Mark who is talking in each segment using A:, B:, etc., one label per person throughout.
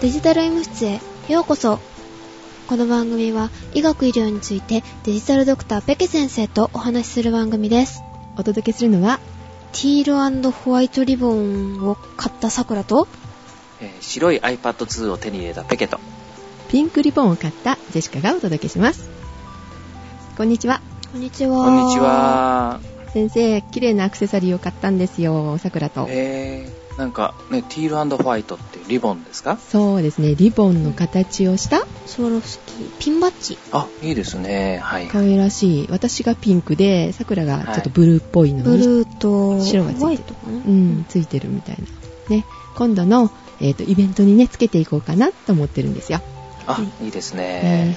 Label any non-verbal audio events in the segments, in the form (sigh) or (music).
A: デジタル医務室へようこそこの番組は医学医療についてデジタルドクターペケ先生とお話しする番組です
B: お届けするのは
A: ティールホワイトリボンを買ったさくらと
C: えー白い iPad2 を手に入れたペケと。
B: ピンクリボンを買ったジェシカがお届けしますこんにちは
A: こんにちは
C: こんにちは。
B: 先生綺麗なアクセサリーを買ったんですよさくらと
C: えー、なんかね、ティールホワイトっていうリボンですか
B: そうですねリボンの形をした
A: スワロフスキーピンバッジ
C: あ、いいですね。はい。
B: 可愛らしい私がピンクでさくらがちょっとブルーっぽいの
A: ブ
B: に、
A: ルーと
B: 白がついてる
A: ホワイトかな
B: うんついてるみたいなね今度の、えー、とイベントにねつけていこうかなと思ってるんですよ
C: あ、いいですね。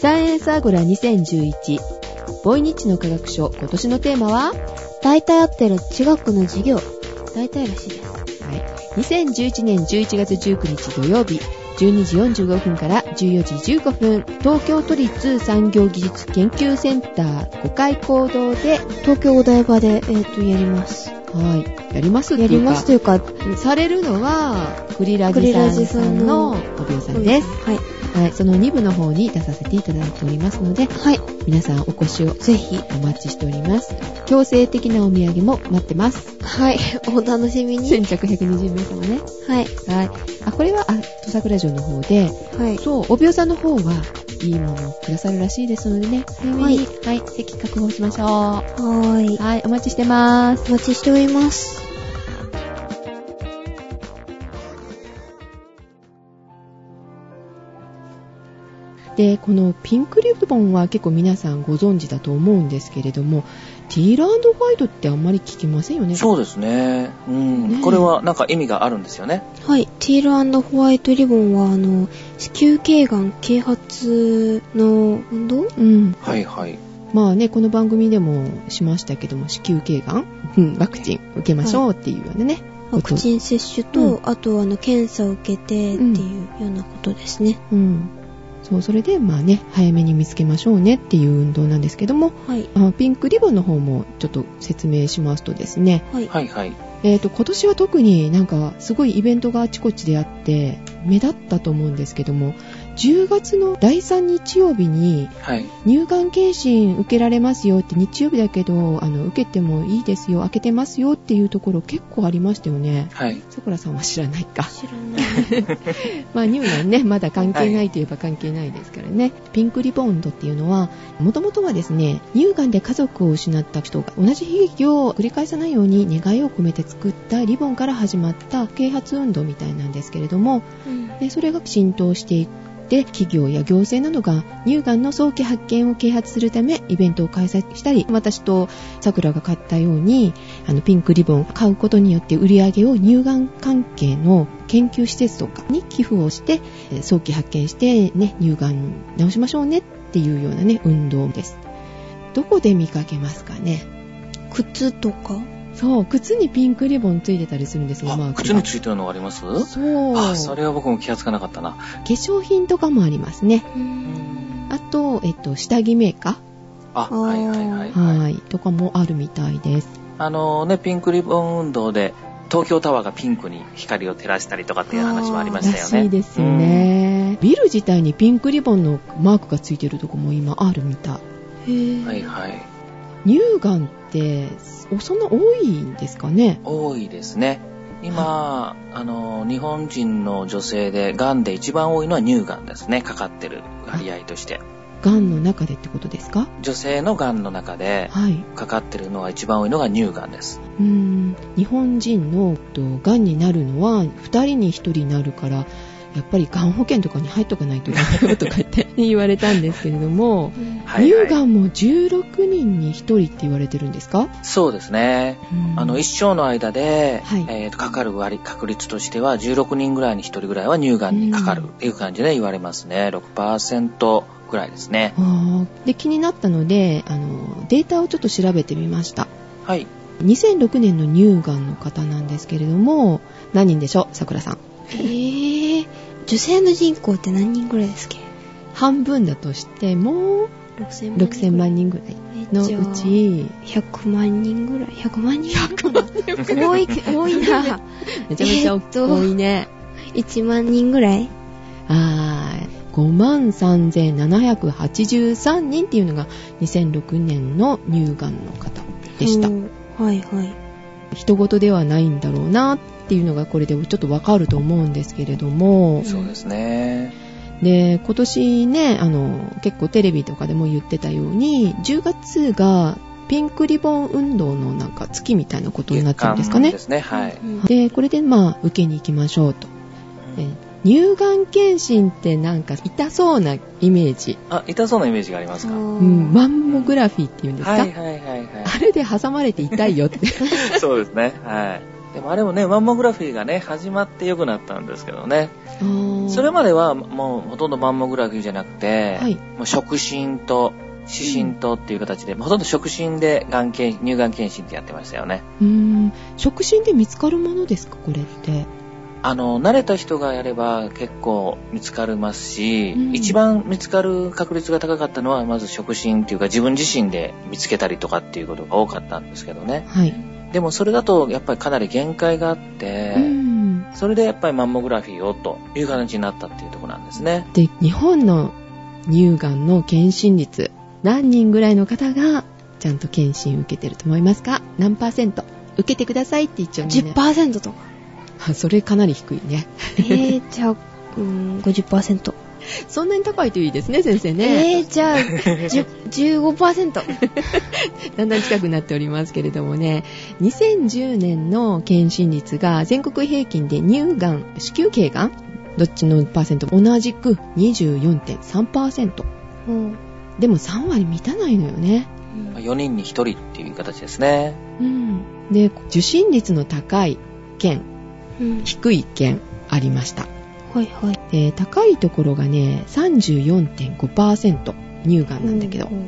B: サイエンスアゴラ2011ボイニッチの科学書今年のテーマは、は
A: 大体合ってる地学の授業大体らしいです
B: い、2011年11月19日土曜日12時45分から14時15分東京都立産業技術研究センター5階講堂で、
A: 東京お台場で、えー、とやります
B: はい、やりますってい
A: や
B: うか
A: りますというか
B: されるのはクリラジさんさんのお病さんです、
A: はい
B: はい、その2部の方に出させていただいておりますので
A: はい
B: 皆さんお越しをぜひお待ちしております強制的なお土産も待ってます
A: はい、お楽しみに。
B: 先着120名様ね
A: はい、
B: はいあこれはあ土佐倉城の方で
A: はい。
B: そうお病さんの方はいいものをくださるらしいですのでね早めにはい、席確保しましょうは
A: はーい。
B: いお待ちしてます
A: お待ちしております。
B: でこのピンクリボンは結構皆さんご存知だと思うんですけれどもティーランドホワイトってあんまり聞きませんよね
C: そうですね。うん。
B: ね
C: これはなんか意味があるんですよね。
A: はい、ティールホワイトリボンは、あの、子宮頸がん啓発の運動
B: うん
C: はいはい。
B: まあねこの番組でもしましたけども子宮頸がんうんワクチン受けましょうっていうようなね、
A: ワクチン接種と、
B: う
A: あと、あの、検査を受けてって
B: うん
A: いうようなことですね。
B: うんそうそれでまあね早めに見つけましょうねっていう運動なんですけども
A: はい、
B: あピンクリボンの方もちょっと説明しますとですね、
A: はい。
C: はいはい。
B: えー、と今年は特になんかすごいイベントがあちこちであって目立ったと思うんですけども10月の第3日曜日に
C: はい。
B: 乳がん検診受けられますよって日曜日だけどあの受けてもいいですよ開けてますよっていうところ結構ありましたよね
C: はい。
B: さくらさんは知らないか (laughs)
A: 知らない。 (laughs)
B: まあ乳がんねまだ関係
C: は
B: ないいといえば関係ないですからね、ピンクリボンドっていうのはもともとはですね乳がんで家族を失った人が同じ悲劇を繰り返さないように願いを込めて作ったリボンから始まった啓発運動みたいなんですけれども
A: うん
B: でそれが浸透していって企業や行政などが乳がんの早期発見を啓発するためイベントを開催したり私とさくらが買ったようにあのピンクリボンを買うことによって売り上げを乳がん関係の研究施設とかに寄付をしてえー早期発見して、ね、乳がん治しましょうねっていうようなね運動ですどこで見かけますかね
A: 靴とか
B: そう靴にピンクリボンついてたりするんですよマー
C: あ、
B: ク
C: 靴
B: が
C: についてるのがあります
B: そう
C: あ、それは僕も気がつかなかったな。
B: 化粧品とかもありますね
A: う。
C: うんん
B: あと、えっと、下着メーカ
C: あ、はいはいはい、
B: ー、はい、
C: はい。
B: とかもあるみたいです。
C: あのね、ピンクリボン運動で、東京タワーがピンクに光を照らしたりとかっていう話もありま
B: ら
C: したよね。
B: しいですよね。ビル自体にピンクリボンのマークがついてるとこも今あるみ
A: へ
B: たい。
C: うん。
A: ぇ、
C: はいはい。
B: 乳がんって、おそんな多いんですかね。
C: 多いですね今、あの日本人の女性でがんで一番多いのは乳がんですねかかってる割合として
B: がんの中でってことですか
C: 女性のがんの中で
B: はい。
C: かかってるのが一番多いのが乳がんです
B: うーん、日本人のとがんになるのは2人に1人になるから、やっぱりがん保険とかに入っとかないといけないよとか言って (laughs) 言われたんですけれども、
A: うん
C: はいはい
B: 乳がんも16人に1人って言われてるんですか
C: そうですねあの一生の間で、
B: はい
C: えーとかかる割確率としては16人ぐらいに1人ぐらいは乳がんにかかるっていう感じで言われますね6%ぐらいですね
B: あーで気になったのであのデータをちょっと調べてみました
C: はい
B: 2006年の乳がんの方なんですけれども何人でしょうさくらさん
A: えぇ、女性の人口って何人くらいですっけ
B: 半分だとしても
A: 6000万人
B: 6000万人ぐらいの
A: えじゃあ
B: うち、
A: 100万人ぐらい100万人ぐらい多い多いな
B: めちゃめち
A: え
B: ゃ
A: ーっと
B: 多いね。
A: 1万人ぐらい
B: はーい。53,783人っていうのが2006年の乳がんの方でした
A: お。ーはいはい
B: 人事ではないんだろうなっていうのがこれでちょっとわかると思うんですけれども、
C: そうですね。
B: で今年ねあの結構テレビとかでも言ってたように10月がピンクリボン運動のなんか月みたいなことになってるんですか
C: 月間
B: ね
C: で。すね。はい。
A: うん
B: でこれでまあ受けに行きましょうと。で乳がん検診ってなんか痛そうなイメージ、
C: あ、痛そうなイメージがありますか。
A: お
B: う
A: ー
B: ん、マンモグラフィーっていうんですか、
C: はいはいはいは
B: あれで挟まれて痛いよっ
C: (laughs)
B: て
C: い。そうですね。はい。でもあれもね、マンモグラフィーがね、始まって良くなったんですけどね。それまではもうほとんどマンモグラフィーじゃなくて、
B: はい
C: もう触診と視診とっていう形で、ほとんど触診でがん検乳がん検診ってやってましたよね。
B: うーん触診で見つかるものですかこれって
C: あの、慣れた人がやれば結構見つかりますし、
B: うん
C: 一番見つかる確率が高かったのは、まず触診っていうか自分自身で見つけたりとかっていうことが多かったんですけどね。
B: はい、
C: でもそれだとやっぱりかなり限界があって、
B: うん
C: それでやっぱりマンモグラフィーをという形になったっていうところなんですね。
B: で日本の乳がんの検診率何人ぐらいの方がちゃんと検診受けてると思いますか何パーセント受けてくださいって一応みんな
A: 10%とか
B: あそれかなり低いね
A: えー、じゃあうーん50%
B: そんなに高いといいですね先生ね、
A: えー、じゃあ10 (laughs) 15%
B: だんだん近くなっておりますけれどもね2010年の検診率が全国平均で乳がん子宮頸がんどっちのパーセントも同じく24.3%
A: うん
B: でも3割満たないのよね
C: 4人に1人っていう形ですね。
B: うんで受診率の高い県
A: うん
B: 低い県ありました。
A: はいはい
B: で高いところがね、34.5%乳がんなんだけど
A: う、ん
C: うん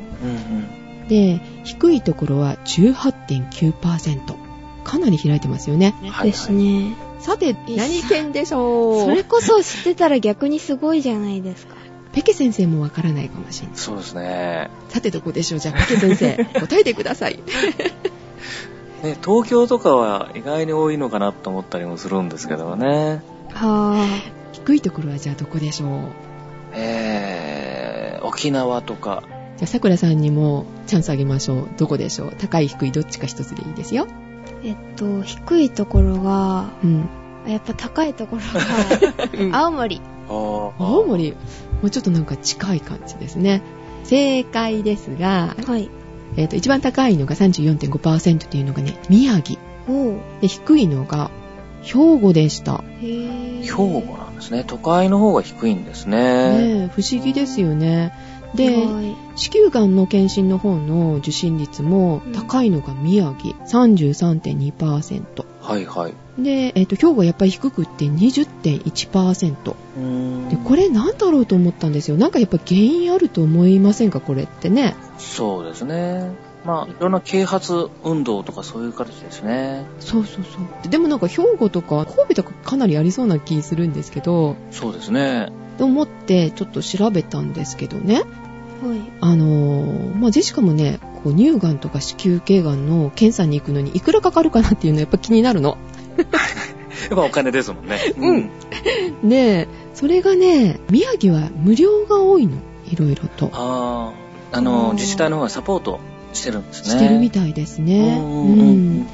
C: うん
B: で、低いところは18.9%。かなり開いてますよね。
C: はいはい
A: ですね
B: さて、
A: い
B: 何県でしょ
A: そうれこそ知ってたら逆にすごいじゃないですか
B: ペケ先生もわからないかもしれない。
C: そうですね。
B: さて、どこでしょうじゃあ、ペケ先
A: (laughs)
B: 生、答えてください。
C: ね、東京とかは意外に多いのかなと思ったりもするんですけどね。
A: は
B: 低いところはじゃあどこでしょう
C: えー、沖縄とか。
B: じゃあ、さくらさんにもチャンスあげましょう。どこでしょう高い、低い、どっちか一つでいいですよ。
A: あえっと低いところが
B: うん。
A: やっぱ高いところが青森
C: 青
B: 青森もうちょっとなんか近い感じですね正解ですが、
A: はい
B: えー、と一番高いのが34.5%っていうのがね宮城
A: おう
B: で低いのが兵庫でした、
A: へー
C: 兵庫なんですね。都会の方が低いんですね。
B: ねえ、不思議ですよね
A: 意
B: で
A: 外
B: 子宮がんの検診の方の受診率も
A: うん
B: 高いのが宮城33.2%
C: はいはい。
B: で、えー、と兵庫はやっぱり低くって20.1%
C: うーん
B: でこれなんだろうと思ったんですよなんかやっぱ原因あると思いませんかこれってね
C: そうですね。まあ、いろんな啓発運動とかそういう形ですね。
B: そうそうそうでもなんか兵庫とか神戸とかかなりありそうな気するんですけど
C: そうですね。
B: と思ってちょっと調べたんですけどね
A: はい
B: あのーまあジェシカもねこう乳がんとか子宮頸がんの検査に行くのにいくらかかるかなっていうのはやっぱ気になるの
C: (laughs) やっぱお金ですもんね。
B: うんでそれがね宮城は無料が多いのいろいろと
C: ああ、あの、
A: うん
C: 自治体の方がサポートしてるんですね。
B: してるみ
C: た
B: たいですね
C: うんうんうん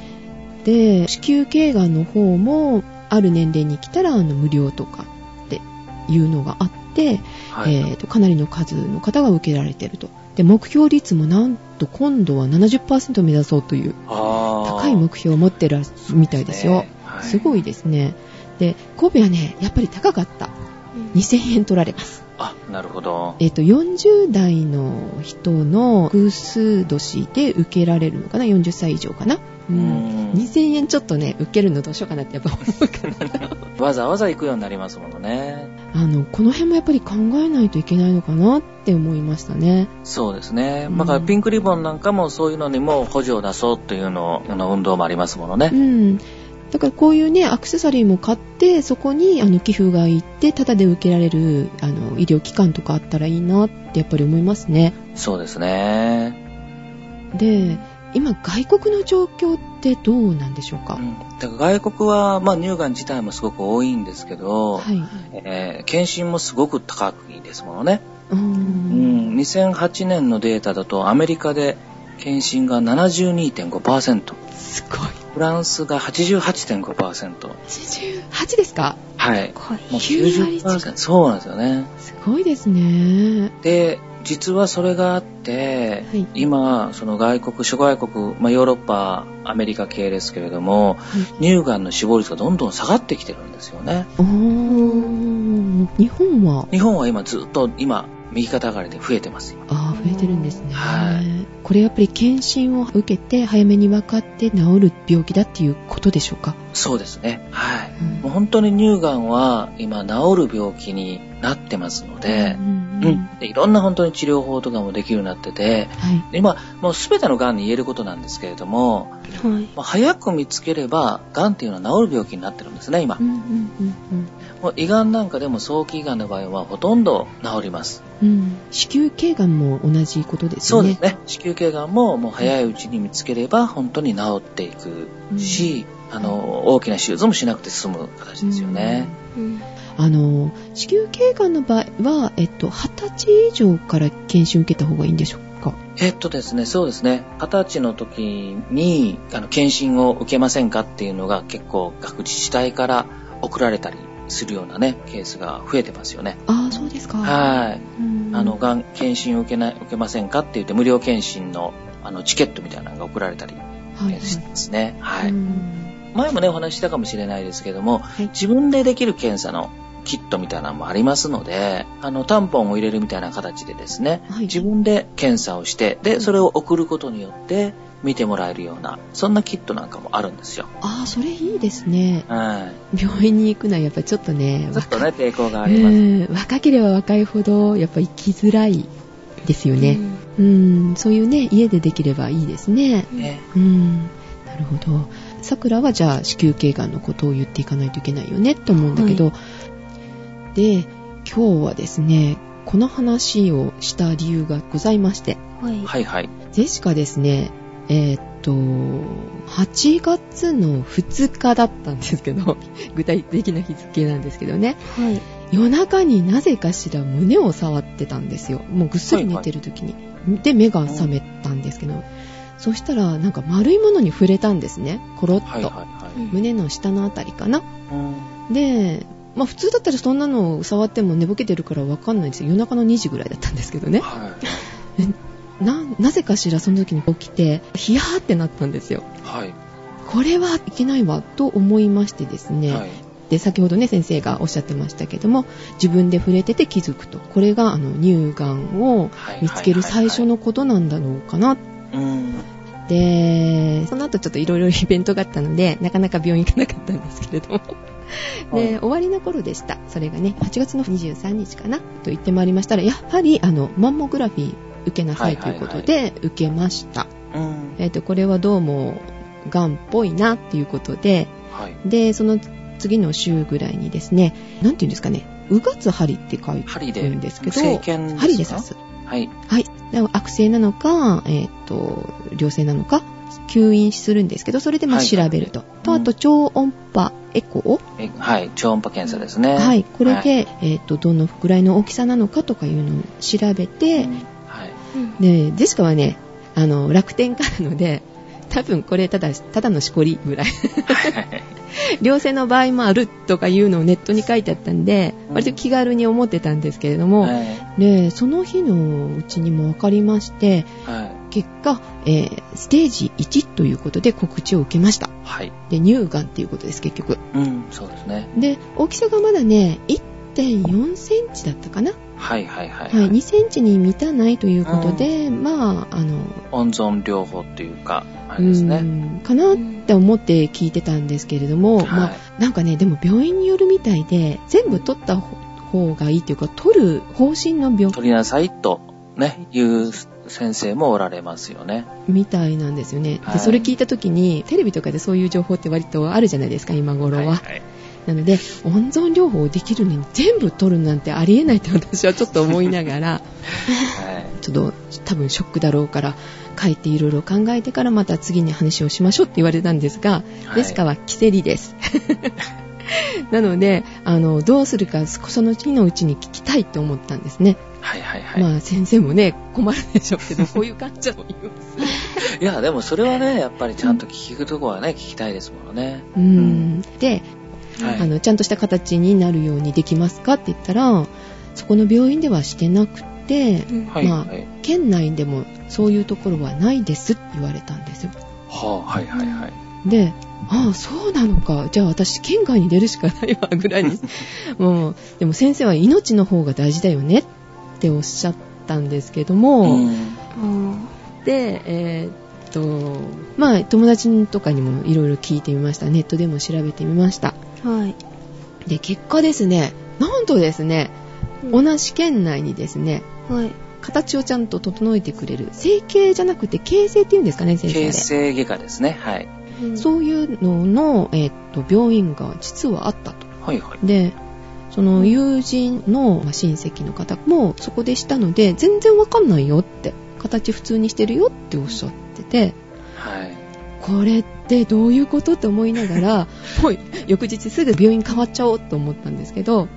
B: で子宮頸がんの方もある年齢に来たらあの無料とかっていうのがあって
C: はい。
B: えーとかなりの数の方が受けられているとで目標率もなんと今度は70%を目指そうという
C: あー
B: 高い目標を持ってらっしゃるみたいですよ
C: ねは
B: すごいですねで神戸はねやっぱり高かった
A: うん
B: 2000円取られます、
C: あ、なるほど。
B: えー、と40代の人の偶数年で受けられるのかな40歳以上かな、う、
C: うんん
B: 2000円ちょっとね受けるのどうしようかなってやっぱ思うから
C: わざわざ行くようになりますものね。
B: あのこの辺もやっぱり考えないといけないのかなって思いましたね
C: そうですね。
B: うん
C: だからピンクリボンなんかもそういうのにも補助を出そうというのを、あの運動もありますもの
B: う
C: ね。
B: ん、だからこういうねアクセサリーも買ってそこにあの寄付が行ってタダで受けられるあの医療機関とかあったらいいなってやっぱり思いますね。
C: そうですね。
B: で今外国の状況ってどうなんでしょうか、
C: うん、だから外国は、まあ、乳がん自体もすごく多いんですけど、
B: はい、
C: えー検診もすごく高いですものね。
B: うー
C: うんん、2008年のデータだとアメリカで検診が72.5%、
B: すごい
C: フランスが88.5%、
B: 88ですか
C: はい。
A: こ
C: もう
B: 9割近く
C: 90%。そうなんですよね。
B: すごいですね
C: で、実はそれがあって、
B: はい
C: 今、その外国、諸外国、まあ、ヨーロッパ、アメリカ系ですけれども、
B: は
C: 乳がんの死亡率がどんどん下がってきてるんですよね。
B: おー日本は
C: 日本は今ずっと、今、右肩上がりで増えてます。
B: あー増えてるんですね、
C: はい
B: これやっぱり検診を受けて早めに分かって治る病気だっていうことでしょうか、
C: そうですね。はい。
B: うん
C: もう本当に乳がんは今治る病気になってますので
B: う、ん
C: うんでいろんな本当に治療法とかもできるようになってて、
B: はい
C: で今、もう全てのがんに言えることなんですけれども、
A: はい。
C: まあ早く見つければ、がんっていうのは治る病気になってるんですね、今
B: う。んうんうん
C: もう胃がんなんかでも早期がんの場合はほとんど治ります。
B: うんうん子宮頸がんも同じことですね
C: そうですね。子宮頸がんももう早いうちに見つければ本当に治っていくし、あの、大きな手術もしなくて済む形ですよね。
A: うん。
B: あの子宮頸がんの場合は、えっと、20歳以上から検診を受けた方がいいんでしょうか
C: えっとですね、そうですね、二十歳の時にあの検診を受けませんかっていうのが結構各自治体から送られたりするようなね、ケースが増えてますよね。
B: ああそうですか
C: はい。
B: うん
C: あの、がん検診を受けない、受けませんかって言って無料検診のあのチケットみたいなのが送られたり
B: はいはい
C: してますね。はい。
B: うん
C: 前もね、お話ししたかもしれないですけども、
B: い
C: 自分でできる検査のキットみたいなのもありますので、あの、タンポンを入れるみたいな形でですね、
B: はい
C: 自分で検査をして、で、それを送ることによって、見てもらえるような、そんなキットなんかもあるんですよ。
B: ああそれいいですね
C: は
B: 病院に行くのはやっぱりちょっとね
C: い。ちょっとね、抵抗があ
B: 若
C: ります。
B: うん若ければ若いほどやっぱり行きづらいですよね、うん、そういうね家でできればいいですね
C: ね。
B: うんなるほどさくらはじゃあ子宮頸がんのことを言っていかないといけないよねと思うんだけど、で今日はですねこの話をした理由がございまして
A: うん。はい。
C: はいはい。
B: ジェシカですねえーっと8月の2日だったんですけど (laughs) 具体的な日付なんですけどね
A: はい。
B: 夜中になぜかしら胸を触ってたんですよもうぐっすり寝てる時に、で目が覚めたんですけど、そしたらなんか丸いものに触れたんですねコロッと、
C: はいはいはい。
A: うん
B: 胸の下のあたりかな
C: うん
B: でまあ普通だったらそんなの触っても寝ぼけてるからわかんないんですよ夜中の2時ぐらいだったんですけどね
C: はい。
B: ななぜかしらその時に起きてヒヤーってなったんですよ
C: はい。
B: これはいけないわと思いましてですね、
C: はい。
B: で先ほどね先生がおっしゃってましたけども自分で触れてて気づくとこれがあの乳がんを
C: はい
B: 見つける最初。のことなんだろうかな
C: はいはいはいうん。
B: でその後ちょっといろいろイベントがあったのでなかなか病院行かなかったんですけれ
C: (laughs)
B: どもで終わりの頃でしたそれがね8月の23日かなと言ってまいりましたらやはりあのマンモグラフィー受けなさいということで受けました、
C: うん。
B: えっとこれはどうもがんっぽいなっていうことで
C: はい。
B: でその次の週ぐらいにですねなんていうんですかねうがつ針って書い
C: 針
B: て
C: で。
B: るんですけど
C: 生検すか
B: 針で刺す
C: はい。
B: で悪性なのか、えっと良性なのか吸引するんですけどそれでまあ
C: はい
B: 調べると、と
C: うん
B: あと超音波エコー、
C: えはい。超音波検査ですね。
B: はいこれで、えっとどのぐらいの大きさなのかとかいうのを調べて、
C: はい。
A: うん
B: でジェシカはねあの楽天家なので多分これただただのしこりぐらい
C: はい。
B: 良性の場合もあるとかいうのをネットに書いてあったんで
C: うん
B: 割と気軽に思ってたんですけれども、
C: はい。
B: でその日のうちにも分かりまして
C: はい。
B: 結果、えーステージ1ということで告知を受けました
C: はい。
B: で乳がんっていうことです結局
C: うん。そうですね。
B: で大きさがまだね1.4センチだったかな、
C: はいはいはい。
B: はい、2センチに満たないということで、まああの
C: 温存療法っていうか、あれです
B: う
C: ね。
B: んかなって思って聞いてたんですけれども、まあ
C: は
B: なんかね、でも病院によるみたいで、全部取った方がいいというか、取る方針の病
C: い。取りなさいと、ね、いう先生もおられますよね。
B: みたいなんですよね、
C: はい
B: でそれ聞いた時にテレビとかでそういう情報って割とあるじゃないですか今頃は、
C: い
B: なので温存療法できるのに全部取るなんてありえないって私はちょっと思いながら (laughs)
C: はい
B: ちょっと多分ショックだろうから書いていろいろ考えてからまた次に話をしましょうって言われたんですが、
C: はい
B: デスカはキセリです。 (laughs) なのであのどうするかその日のうちに聞きたいと思ったんですね、
C: はいはいはい。
B: まあ先生もね困るでしょう
C: (laughs)
B: けどこういう感じも言います
C: いや、でもそれはね、やっぱりちゃんと聞くとこはね、聞きたいですものね。
B: うんで、
C: はい
B: あのちゃんとした形になるようにできますかって言ったらそこの病院ではしてなくて
A: うん
C: はい、
B: まあ
C: はい。
B: 県内でもそういうところはないですって言われたんですよ
C: はあ、はいはいはい。
B: で、ああ、そうなのか。じゃあ私、県外に出るしかないわ、ぐら
C: (laughs)
B: いに。もう、でも先生は命の方が大事だよねっておっしゃったんですけども、
C: うん
A: うん
B: で、えーっと、まあ、友達とかにもいろいろ聞いてみました。ネットでも調べてみました。
A: はい。
B: で、結果ですね、なんとですね、
A: うん
B: 同じ県内にですね、
A: はい。
B: 形をちゃんと整えてくれる、整形じゃなくて形成っていうんですかね、先生あれ。
C: 形成外科ですね。はい。
A: うん
B: そういうのの、えーっと、病院が実はあったと。
C: はいはい。
B: でその友人のまあ親戚の方もそこでしたので全然わかんないよって形普通にしてるよっておっしゃってて
C: はい。
B: これってどういうことって思いながらもう翌日すぐ病院変わっちゃおうと思ったんですけど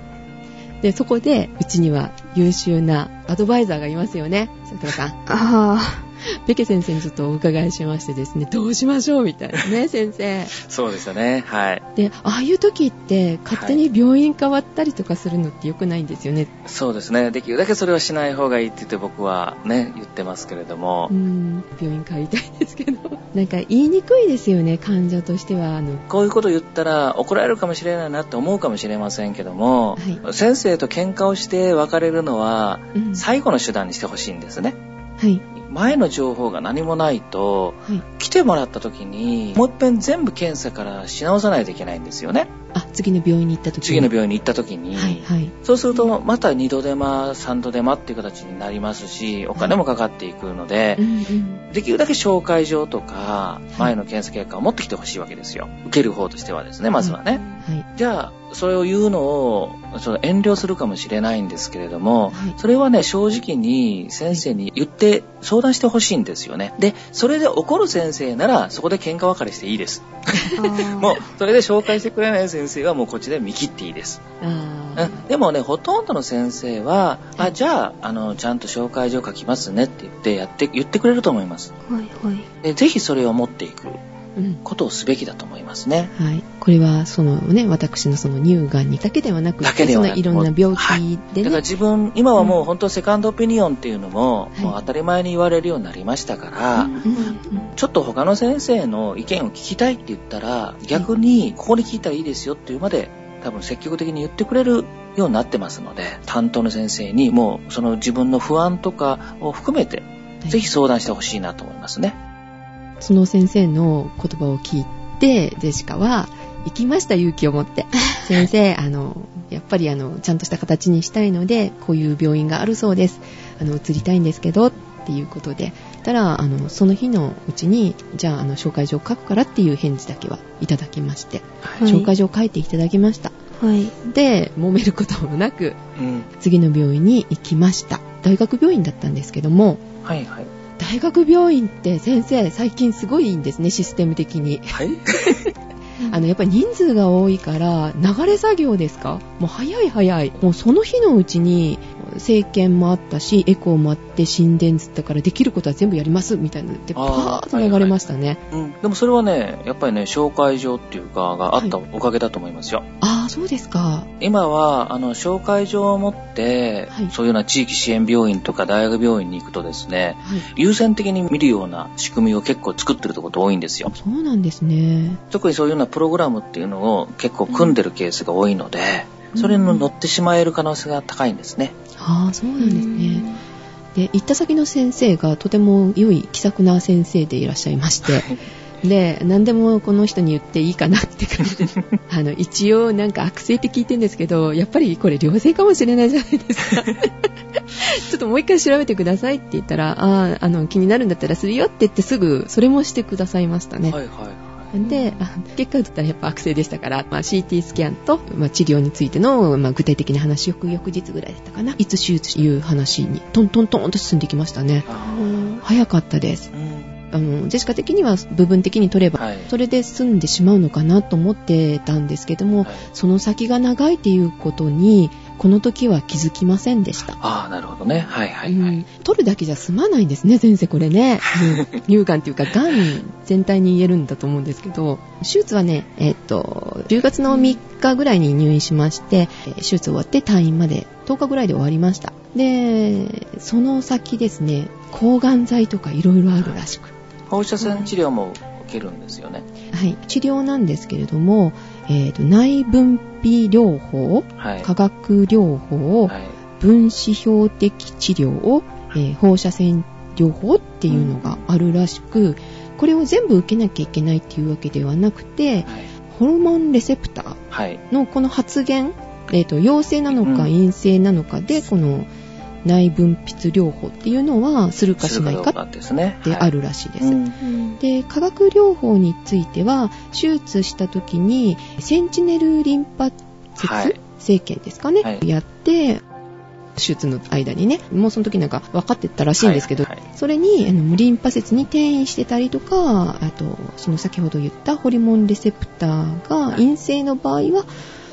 B: でそこでうちには優秀なアドバイザーがいますよね佐藤さん
A: あ
B: ペケ先生にちょっとお伺いしましてですねどうしましょうみたいなね先生
C: そうですよね。はい。
B: でああいう時って勝手に病院変わったりとかするのって良くないんですよね
C: そうですね。できるだけそれはしない方がいいって言って僕はね、言ってますけれども
B: う。ん病院帰りたいですけどなんか言いにくいですよね患者としてはあの
C: こういうこと言ったら怒られるかもしれないなって思うかもしれませんけども、
B: は
C: 先生と喧嘩をして別れるのは
B: うん
C: 最後の手段にしてほしいんですね。
B: はい
C: 前の情報が何もないと、
B: はい
C: 来てもらった時にもう一遍全部検査からし直さないといけないんですよね。
B: あ次の病院に行った時
C: 次の病院に行った時に。
B: はいはい
C: そうするとまた二度手間、三度手間っていう形になりますし、お金もかかっていくので、
B: うんうん
C: できるだけ紹介状とか
B: い
C: 前の検査結果を持ってきてほしいわけですよ。受ける方としてはですね、まずはね。
B: はい
C: じゃあ、それを言うのをその遠慮するかもしれないんですけれども、
B: はい
C: それはね、正直に先生に言って相談してほしいんですよね。で、それで怒る先生ならそこで喧嘩別れしていいです。
A: あ。
C: もう、それで紹介してくれない先生はもうこっちで見切っていいです。
B: あ
C: う
B: ー
C: んでもね、ほとんどの先生は、あ、じゃあ、あの、ちゃんと紹介状書きますねって言って、やって、言ってくれると思います。
A: う。はいはい。
C: でぜひそれを持っていく
B: うん
C: ことをすべきだと思いますね。
B: はい、これはそのね私のその乳がんにだけではなくて
C: だけではなく
B: そのいろんな病気で
C: だ
B: ね、
C: から自分、今はもう本当セカンドオピニオンっていうのも、
B: はい
C: もう当たり前に言われるようになりましたから、
A: うん
B: うん
C: ちょっと他の先生の意見を聞きたいって言ったら、逆にここで聞いたらいいですよっていうまで、多分積極的に言ってくれるようになってますので、担当の先生にもうその自分の不安とかを含めて、
B: はい
C: ぜひ相談してほしいなと思いますね。
B: その先生の言葉を聞いてジェシカは行きました勇気を持って
A: (laughs)
B: 先生あのやっぱりあのちゃんとした形にしたいのでこういう病院があるそうですあの移りたいんですけどっていうことでたらあのその日のうちにじゃああの紹介状を書くからっていう返事だけはいただきまして、
A: はい
B: 紹介状を書いていただきました
A: はい。
B: で揉めることもなく
C: うん。
B: 次の病院に行きました大学病院だったんですけども
C: はいはい。
B: 大学病院って先生最近すごいんですねシステム的に
C: はい
B: あのやっぱり人数が多いから流れ作業ですかもう早い早いもうその日のうちに生検もあったしエコーもあって心電図だからできることは全部やりますみたいなのでパ
C: あー
B: ーッと流れましたね
C: うん、でもそれはね、やっぱりね、紹介状っていうか、があった
B: は
C: おかげだと思いますよ。
B: ああそうですか
C: 今は、あの、紹介状を持って、
B: はい
C: そういうような地域支援病院とか大学病院に行くとですね、
B: はい
C: 優先的に見るような仕組みを結構作ってるところが多いんですよ。
B: そうなんですね
C: 特にそういうようなプログラムっていうのを結構組んでるケースが多いので、それに乗ってしまえる可能性が高いんですね。
B: ああそうなんですねで行った先の先生がとても良い気さくな先生でいらっしゃいましてで何でもこの人に言っていいかなって感じであの一応なんか悪性って聞いてるんですけどやっぱりこれ良性かもしれないじゃないですかちょっともう一回調べてくださいって言ったらあーあの気になるんだったらするよって言ってすぐそれもしてくださいましたね、
C: はいはいはい。
B: で、あ結果だったらやっぱ悪性でしたから、まあ、CT スキャンと、まあ、治療についての、まあ、具体的な話、翌々日ぐらいだったかな、いつ手術という話に、トントントンと進んできましたね。
C: あ
A: うん
B: 早かったです。
C: ーうん
B: あの、ジェシカ的には部分的に取れば、
C: はい
B: それで済んでしまうのかなと思ってたんですけども、
C: はい
B: その先が長いっていうことに、この時は気づきませんでした。
C: ああ、なるほどね。はいは
B: う
C: いはい。
B: ん、取るだけじゃ済まないんですね、先生、これ
C: (laughs)
B: ね。うん乳がんっていうか、がん全体に言えるんだと思うんですけど、手術はね、えっと、10月の3日ぐらいに入院しまして、えー手術終わって退院まで10日ぐらいで終わりました。で、その先ですね、抗がん剤とかいろいろあるらしく。
C: 放射線治療も受けるんですよね。
B: はい、治療なんですけれども、えっと、内分泌療法、
C: はい。
B: 化学療法、
C: はい。
B: 分子標的治療を、えー放射線療法っていうのがあるらしく、これを全部受けなきゃいけないっていうわけではなくて、
C: はい。
B: ホルモンレセプター
C: はい。
B: のこの発現、えーと陽性なのか
C: うん
B: 陰性なのかで、この内分泌療法っていうのはするかし
C: する
B: な
C: か
B: い
C: どう
B: か
C: かですね。
B: って
C: はい
B: あるらしいです。
C: うん
A: うん
B: で化学療法については手術した時にセンチネルリンパ節、
C: はい
B: 生検ですかね、
C: はい
B: やって手術の間にねもうその時なんか分かってたらしいんですけど、
C: はいはい
B: それにあのリンパ節に転移してたりとかあとその先ほど言ったホルモンレセプターが
C: い
B: 陰性の場合は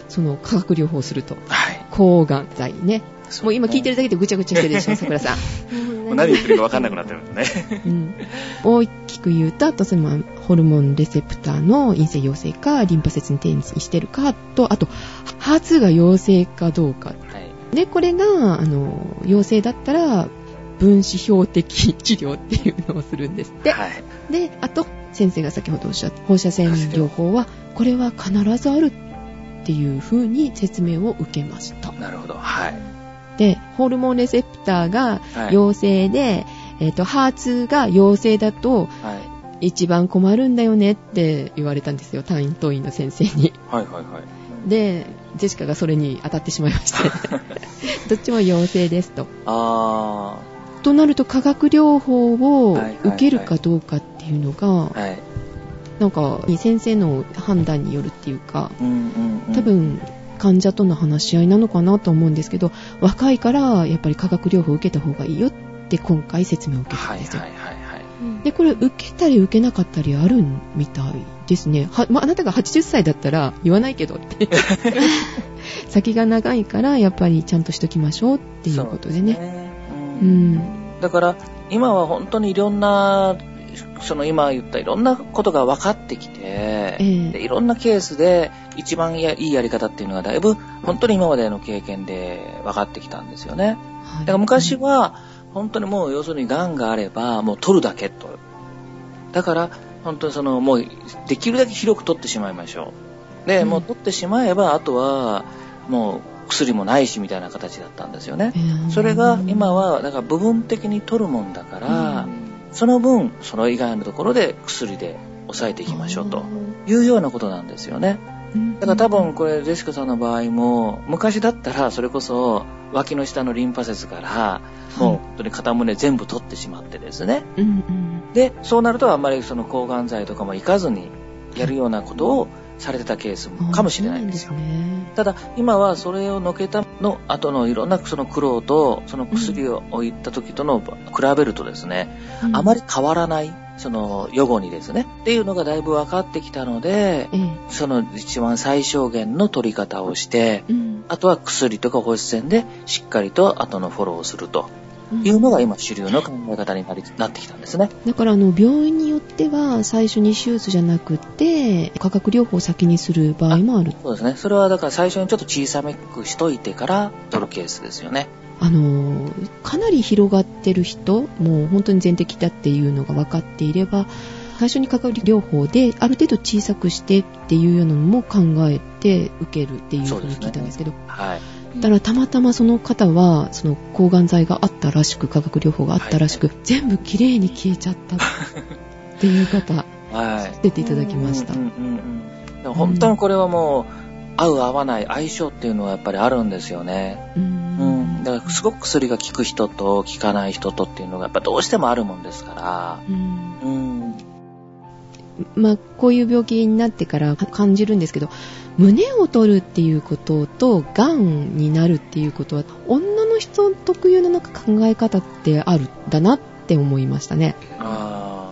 B: その化学療法をすると
C: はい。
B: 抗がん剤ねもう今聞いて
C: る。
B: るだけでぐちゃぐちゃしてるでし
C: (laughs)
B: ょ桜さん
A: うん
C: 何言ってるか分かんなくなってるんだね。
B: うん大きく言うと、あとそのホルモンレセプターの陰性陽性か、リンパ節に転移してるかと、あと、ハーツが陽性かどうか。
C: はい。
B: で、これが、あの、陽性だったら、分子標的治療っていうのをするんですって。
C: はい。
B: で、あと、先生が先ほどおっしゃった放射線療法は、これは必ずあるっていう風に説明を受けました。
C: なるほど。はい。
B: で、ホルモンレセプターが
C: はい。
B: 陽性で、えっ、と、ハーツが陽性だと、
C: はい。
B: 一番困るんだよねって言われたんですよ単位当院の先生に
C: はいはいはい。
B: でジェシカがそれに当たってしまいまして
C: (laughs)
B: どっちも陽性ですと
C: あ
B: となると化学療法を
C: はいはいはい
B: 受けるかどうかっていうのが、
C: ー。はい。
B: なんか先生の判断によるっていうか
C: うんうん、うん。
B: 多。分患者との話し合いなのかなと思うんですけど若いからやっぱり化学療法を受けた方がいいよって今回説明を受けた
C: は
B: ん
C: い
B: ですよ、
C: はいはいはい。
B: で、これ、受けたり受けなかったりあるみたいですね。は、まあ、あなたが80歳だったら言わないけど
C: (laughs)
B: って。先が長いから、やっぱりちゃんとしときましょうっていうことでね。
C: そうですね
B: う
C: うん
B: ん。
C: だから今は本当にいろんなその今言ったいろんなことが分かってきて、
B: ええ
C: でいろんなケースで一番やいいやり方っていうのがだいぶ本当に今までの経験で分かってきたんですよね。
B: は
C: だ
B: い
C: から昔、は本当にもう要するに癌があればもう取るだけと。だから本当にそのもうできるだけ広く取ってしまいましょう。で、
B: うん
C: もう取ってしまえばあとはもう薬もないしみたいな形だったんですよね。
B: えー
C: それが今、はだから部分的に取るもんだから、その分その以外のところで薬で抑えていきましょうというようなことなんですよね
B: うん
C: だから多、分これジェシカさんの場合も昔だったらそれこそ脇の下のリンパ節からもう本当に片胸全部取ってしまってですね
B: うんうん
C: でそうなるとあんまりその抗がん剤とかもいかずにやるようなことをされてたケース
B: うん
C: もかもしれないんですよ
B: そうなんですね
C: ただ今はそれをのけたの後のいろんなその苦労とその薬を置いた時との比べるとですね、あまり、変わらないその予後にですねっていうのがだいぶ分かってきたので
B: ええ
C: その一番最小限の取り方をして
B: うん
C: あとは薬とか放射線でしっかりと後のフォローをすると
B: うん
C: いうのが今主流の考え方になりなってきたんですね。
B: だからあの病院によっては最初に手術じゃなくて化学療法を先にする場合もある
C: そうですね。それはだから最初にちょっと小さめくしといてから取るケースですよね。
B: あのーかなり広がってる人もう本当に全摘だっていうのが分かっていれば最初にかかる療法である程度小さくしてっていうようなのも考えて受けるっていうふうに聞いたんですけど
C: はい。
B: ただたまたまその方はその抗がん剤があった
C: (laughs)
B: らしく化学療法があったらしく、全部きれいに消えちゃったっていう方
C: はい。
B: 出ていただきました
C: うん。うんうんうんでも本当にこれはもう、合う合わない相性っていうのはやっぱりあるんですよね。
B: う
C: うん。
B: ん
C: だからすごく薬が効く人と効かない人とっていうのがやっぱどうしてもあるもんですか
B: うん
C: ら。うん。
B: まあ、こういう病気になってから感じるんですけど胸を取るっていうこととがんになるっていうことは女の人特有のなんか考え方ってあるんだなって思いましたね。
C: あ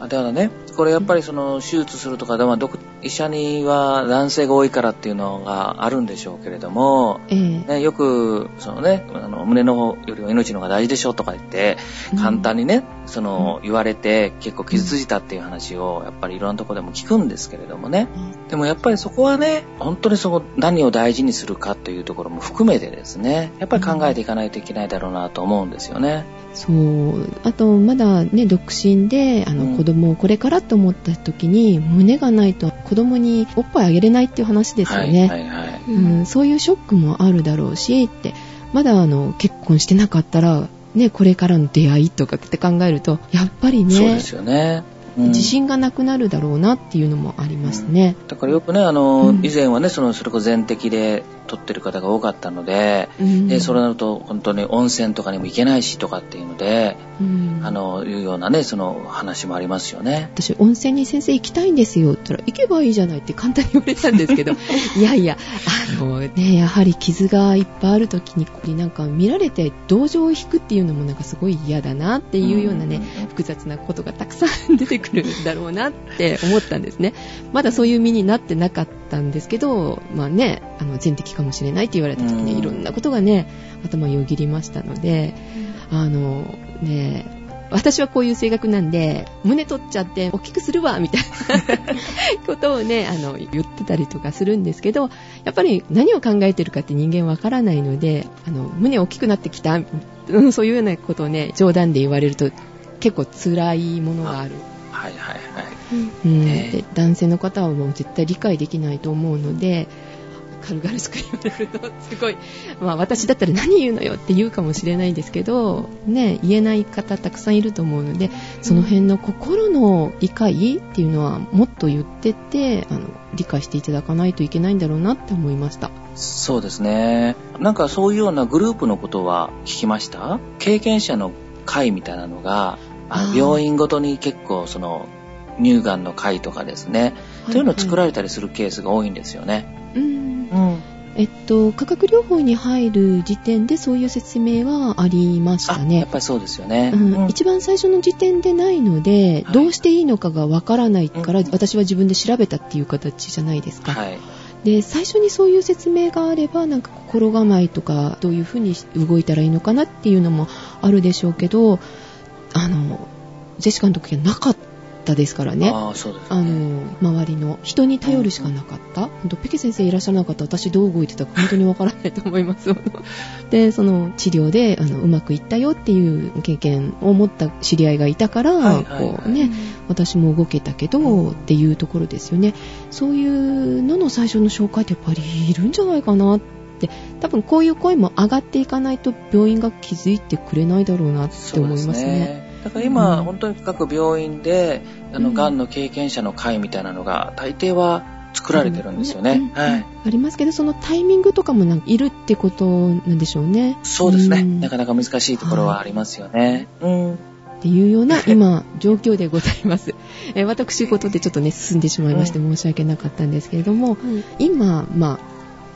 C: ーあ。だからね、これやっぱりその手術するとかでは、どこ医者には男性が多いからっていうのがあるんでしょうけれども、
B: ええ
C: ね、よく、そのね、あの胸の方よりも命の方が大事でしょとか言って、簡単にね、その言われて結構傷ついたっていう話をやっぱりいろんなとこでも聞くんですけれどもね。でもやっぱりそこはね、本当にそこ何を大事にするかというところも含めてですね、やっぱり考えていかないといけないだろうなと思うんですよね。
B: そうあとまだね独身であ
C: うん
B: の子供をこれからと思った時に胸がないと子供におっぱいあげれないっていう話ですよね、
C: はいはいはい。
B: うん、そういうショックもあるだろうしってまだあの結婚してなかったら、ね、これからの出会いとかって考えるとやっぱり
C: そうで
B: ね、
C: すよね。うん
B: 自信がなくなるだろうなっていうのもありますね。
C: だからよくね、あの、
B: うん
C: 以前はね、その、それこそ全摘で取ってる方が多かったので、
B: うん
C: で、それになると本当に温泉とかにも行けないしとかっていうので、
B: うん
C: あの、いうようなね、その話もありますよね。
B: 私温泉に先生行きたいんですよって言ったら行けばいいじゃないって簡単に言われたんですけ
C: (laughs)
B: どいやいやあのねやはり傷がいっぱいある時にこうなんか見られて同情を引くっていうのもなんかすごい嫌だなっていうようなね、複雑なことがたくさん出てくるんだろうなって思ったんですねまだそういう身になってなかったんですけどまあねあの全摘かもしれないって言われた時
C: うん
B: にいろんなことがね頭よぎりましたのであのね私はこういう性格なんで胸取っちゃって大きくするわみたいなことをねあの言ってたりとかするんですけどやっぱり何を考えてるかって人間わからないのであの胸大きくなってきた、うん、そういうようなことをね冗談で言われると結構辛いものがある、
C: うんはいはいはい。
A: うん
B: うん
C: ね
B: で男性の方はもう絶対理解できないと思うので軽々しく言われるとすごい、 (laughs) まあ、私だったら何言うのよって言うかもしれないですけど、ね、言えない方たくさんいると思うのでその辺の心の理解っていうのはもっと言ってってあの理解していただかないといけないんだろうなって思いました。
C: そうですね。なんかそういうようなグループのことは聞きました経験者の会みたいなのが、あ
B: あー
C: 病院ごとに結構その乳がんの会とかですね、というのを作られたりするケースが多いんですよね。
B: はいはいうん
C: うん。
B: えっと、化学療法に入る時点でそういう説明はありました
C: あ、
B: ね
C: やっ。ぱりそうですよね。
B: うん一番最初の時点でないので、
C: はい
B: どうしていいのかがわからないから、
C: うん
B: 私は自分で調べたっていう形じゃないですか、
C: はい。
B: で最初にそういう説明があればなんか心構えとかどういうふうに動いたらいいのかなっていうのもあるでしょうけどあのジェシカの時はなかったですからね
C: ああ、そうです
B: あ
C: ね。
B: の周りの人に頼るしかなかった、ほんとペケ先生いらっしゃらなかったら私どう動いてたか本当にわからないと思いますものでその治療であのうまくいったよっていう経験を持った知り合いがいたから、
C: はいはいはい
B: こうね、私も動けたけどっていうところですよねそういうのの最初の紹介ってやっぱりいるんじゃないかなって多分こういう声も上がっていかないと病院が気づいてくれないだろうなって
C: そう
B: 思
C: で
B: いますね。。
C: だから今、
B: うん
C: 本当に各病院で、あの、
B: うん
C: がんの経験者の会みたいなのが、大抵は作られてるんですよ
B: うん
C: ね。はい。
B: ありますけど、そのタイミングとかもなんかいるってことなんでしょうね。
C: そうですね。
B: うん
C: なかなか難しいところはありますよね。うん。
B: っていうような今、状況でございます。 (laughs) えー私事でちょっとね、進んでしまいまして申し訳なかったんですけれども、
A: うん
B: 今、まあ、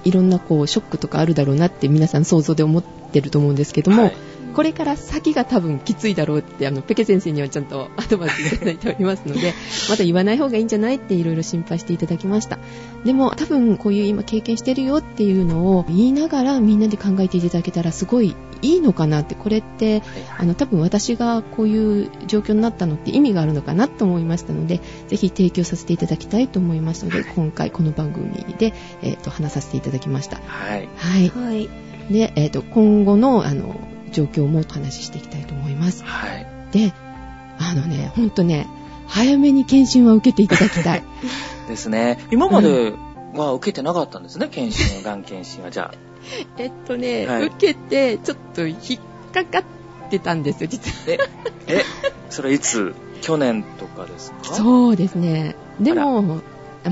B: いろんなこう、ショックとかあるだろうなって皆さん想像で思ってると思うんですけども、
C: はい
B: これから先が多分きついだろうって、あの、ペケ先生にはちゃんと (laughs) アドバイスいただいておりますので、まだ言わない方がいいんじゃないっていろいろ心配していただきました。でも、多分こういう今経験してるよっていうのを言いながらみんなで考えていただけたらすごいいいのかなって、これって、あの、多分私がこういう状況になったのって意味があるのかなと思いましたので、ぜひ提供させていただきたいと思いましたので、今回この番組で、えっ、と、話させていただきました。
C: はい。
B: はい。
A: はい。
B: で、えー、と今後のあの状況もお話ししていきたいと思います
C: はい。
B: であのねほんとね早めに検診は受けていただきたい
C: ですね。今までは受けてなかったんですね、検診、がん検診は。じゃあ。
B: (laughs) えっとね、
C: はい
B: 受けてちょっと引っかかってたんですよ実は
C: え、それいつ去年とかですかう。
B: そうですね。でも、まあ、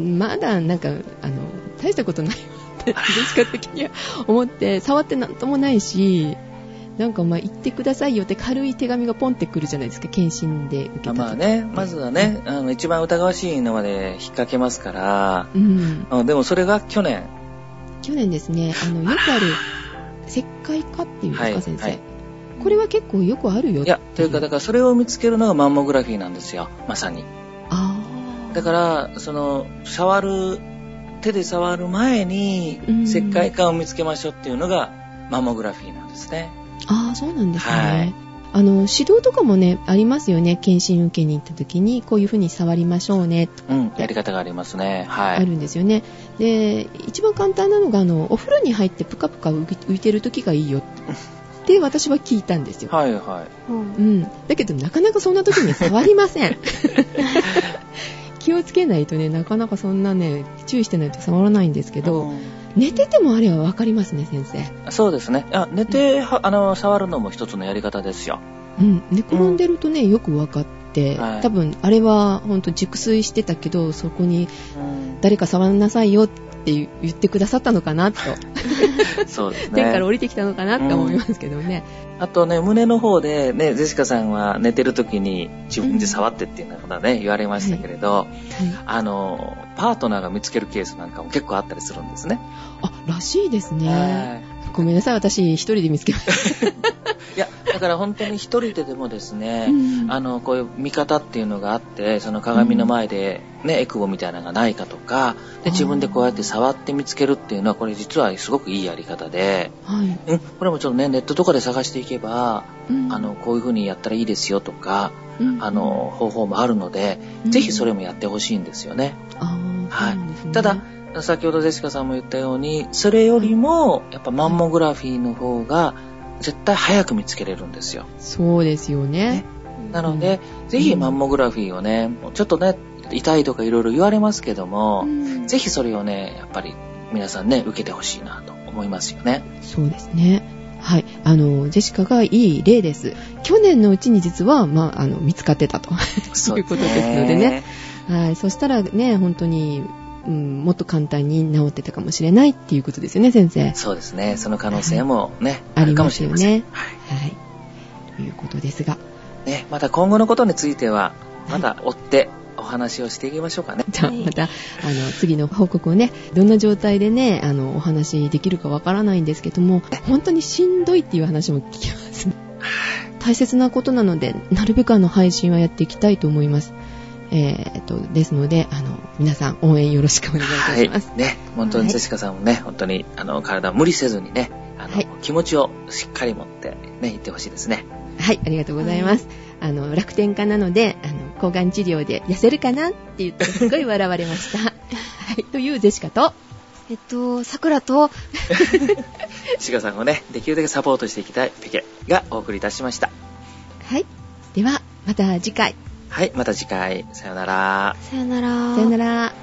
B: まだなんか、あの、大したことないわ
C: (laughs)
B: って、どっちか的には思って、触ってなんともないし、なんかまあ、行ってくださいよって軽い手紙がポンってくるじゃないですか、検診で受けた
C: あ
B: 時
C: まあね、まずはね、あの、一番疑わしいのまで引っ掛けますから、
B: うん。
C: あでもそれが去年、
B: 去年ですね、あの、よくある、石灰化っていうんですか、
C: はい
B: 先生、
C: はい
B: これは結構よくあるよっ
C: い
B: て
C: や、というか、だからそれを見つけるのがマンモグラフィーなんですよ、まさに。
B: ああ。
C: だから、その、触る、手で触る前に
B: うん、
C: 石灰化を見つけましょうっていうのが、マンモグラフィーなんですね。
B: ああ、そうなんですね。
C: はい
B: あの指導とかもねありますよね検診受けに行った時にこういうふうに触りましょうね
C: うん、やり方がありますね。は
B: あ
C: い。
B: るんですよね、で一番簡単なのがあのお風呂に入ってぷかぷか浮いてる時がいいよって私は聞いたんですよ、
C: はいは
A: うん
B: うん、だけどなかなかそんな時に触りませ (laughs) ん気をつけないとねなかなかそんなね注意してないと触らないんですけ
C: い。
B: ど、
C: うん
B: 寝ててもあれは分かりますね先生、
C: そうですね。あ、寝て、はあの、触るのも一つのやり方ですよ。
B: うん、寝転んでるとね、よく分かって、
C: はい
B: 多分あれは本当熟睡してたけどそこに誰か触んなさいよって言ってくださったのかなと、
C: そうです
B: 天から
C: ね。
B: 降りてきたのかなって思いますけどね、
C: あとね、胸の方で、ね、ジェシカさんは寝てる時に自分で触ってっていうようなことはね、言われましたけれど、
B: はい、
C: あの、パートナーが見つけるケースなんかも結構あったりするんですね。
B: あらしいですね
C: は
B: ごめんなさい私一人で見つけまし
C: い。いや、だから本当に一人ででもです
B: た、
C: ね、
B: うん
C: あの、こういう見方っていうのがあって、その鏡の前で、ね、エクボみたいなのがないかとか、
B: あー
C: で、自分でこうやって触って見つけるっていうのは、これ実はすごくいいやり方で、
B: はい
C: うん、これもちょっとね、ネットとかで探していけば、
B: うん
C: あの、こういう風にやったらいいですよとか、
B: うん
C: あの、方法もあるので、ぜひそれもやってほしいんですよね。
B: ああ
C: はい
B: そうなんですね
C: ただ、先ほどジェシカさんも言ったように、それよりも、やっぱマンモグラフィーの方が、絶対早く見つけれるんですよ。
B: そうですよね
C: なので、ぜひマンモグラフィーをね、ちょっとね、痛いとかいろいろ言われますけども、
A: うん
C: ぜひそれをね、やっぱり皆さんね、受けてほしいなと思いますよね。
B: そうですねはいあのジェシカがいい例です去年のうちに実は、まあ、あの見つかってたと (laughs)
C: そ
B: いうことですのでね。はい、そしたらね、本当に、うん、もっと簡単に治ってたかもしれないっていうことですよね、先生。はい。
C: そうですね。その可能性もね、
B: はい
C: あるかもしれません。
B: あり
C: はい。
B: ということですが、
C: ね、また今後のことについては、また追ってお話をしていきましょうかね。
B: (laughs) じゃあ
A: はい
B: また、あの、次の報告をね、どんな状態でね、あの、お話できるかわからないんですけども、本当にしんどいっていう話も聞きますね。大切なことなので、なるべくあの、配信はやっていきたいと思います。えー、っと、ですので、あの、皆さん応援よろしくお願いいたします。
C: ね、本当に
B: はい
C: ジェシカさんもね、本当に、あの、体を無理せずにね、あの、
B: はい
C: 気持ちをしっかり持ってね、行ってほしいですね。
B: はい、ありがとうございます。あの、楽天家なので、あの、抗がん治療で痩せるかなって言って、すっごい笑われま (laughs) した。はい、というジェシカと、
A: えっと、桜と、
C: ジェシカさんをね、できるだけサポートしていきたいペケがお送りいたしました。
B: はい、では、また次回。
C: はい、また次回、さよなら。
A: さよなら。
B: さよなら。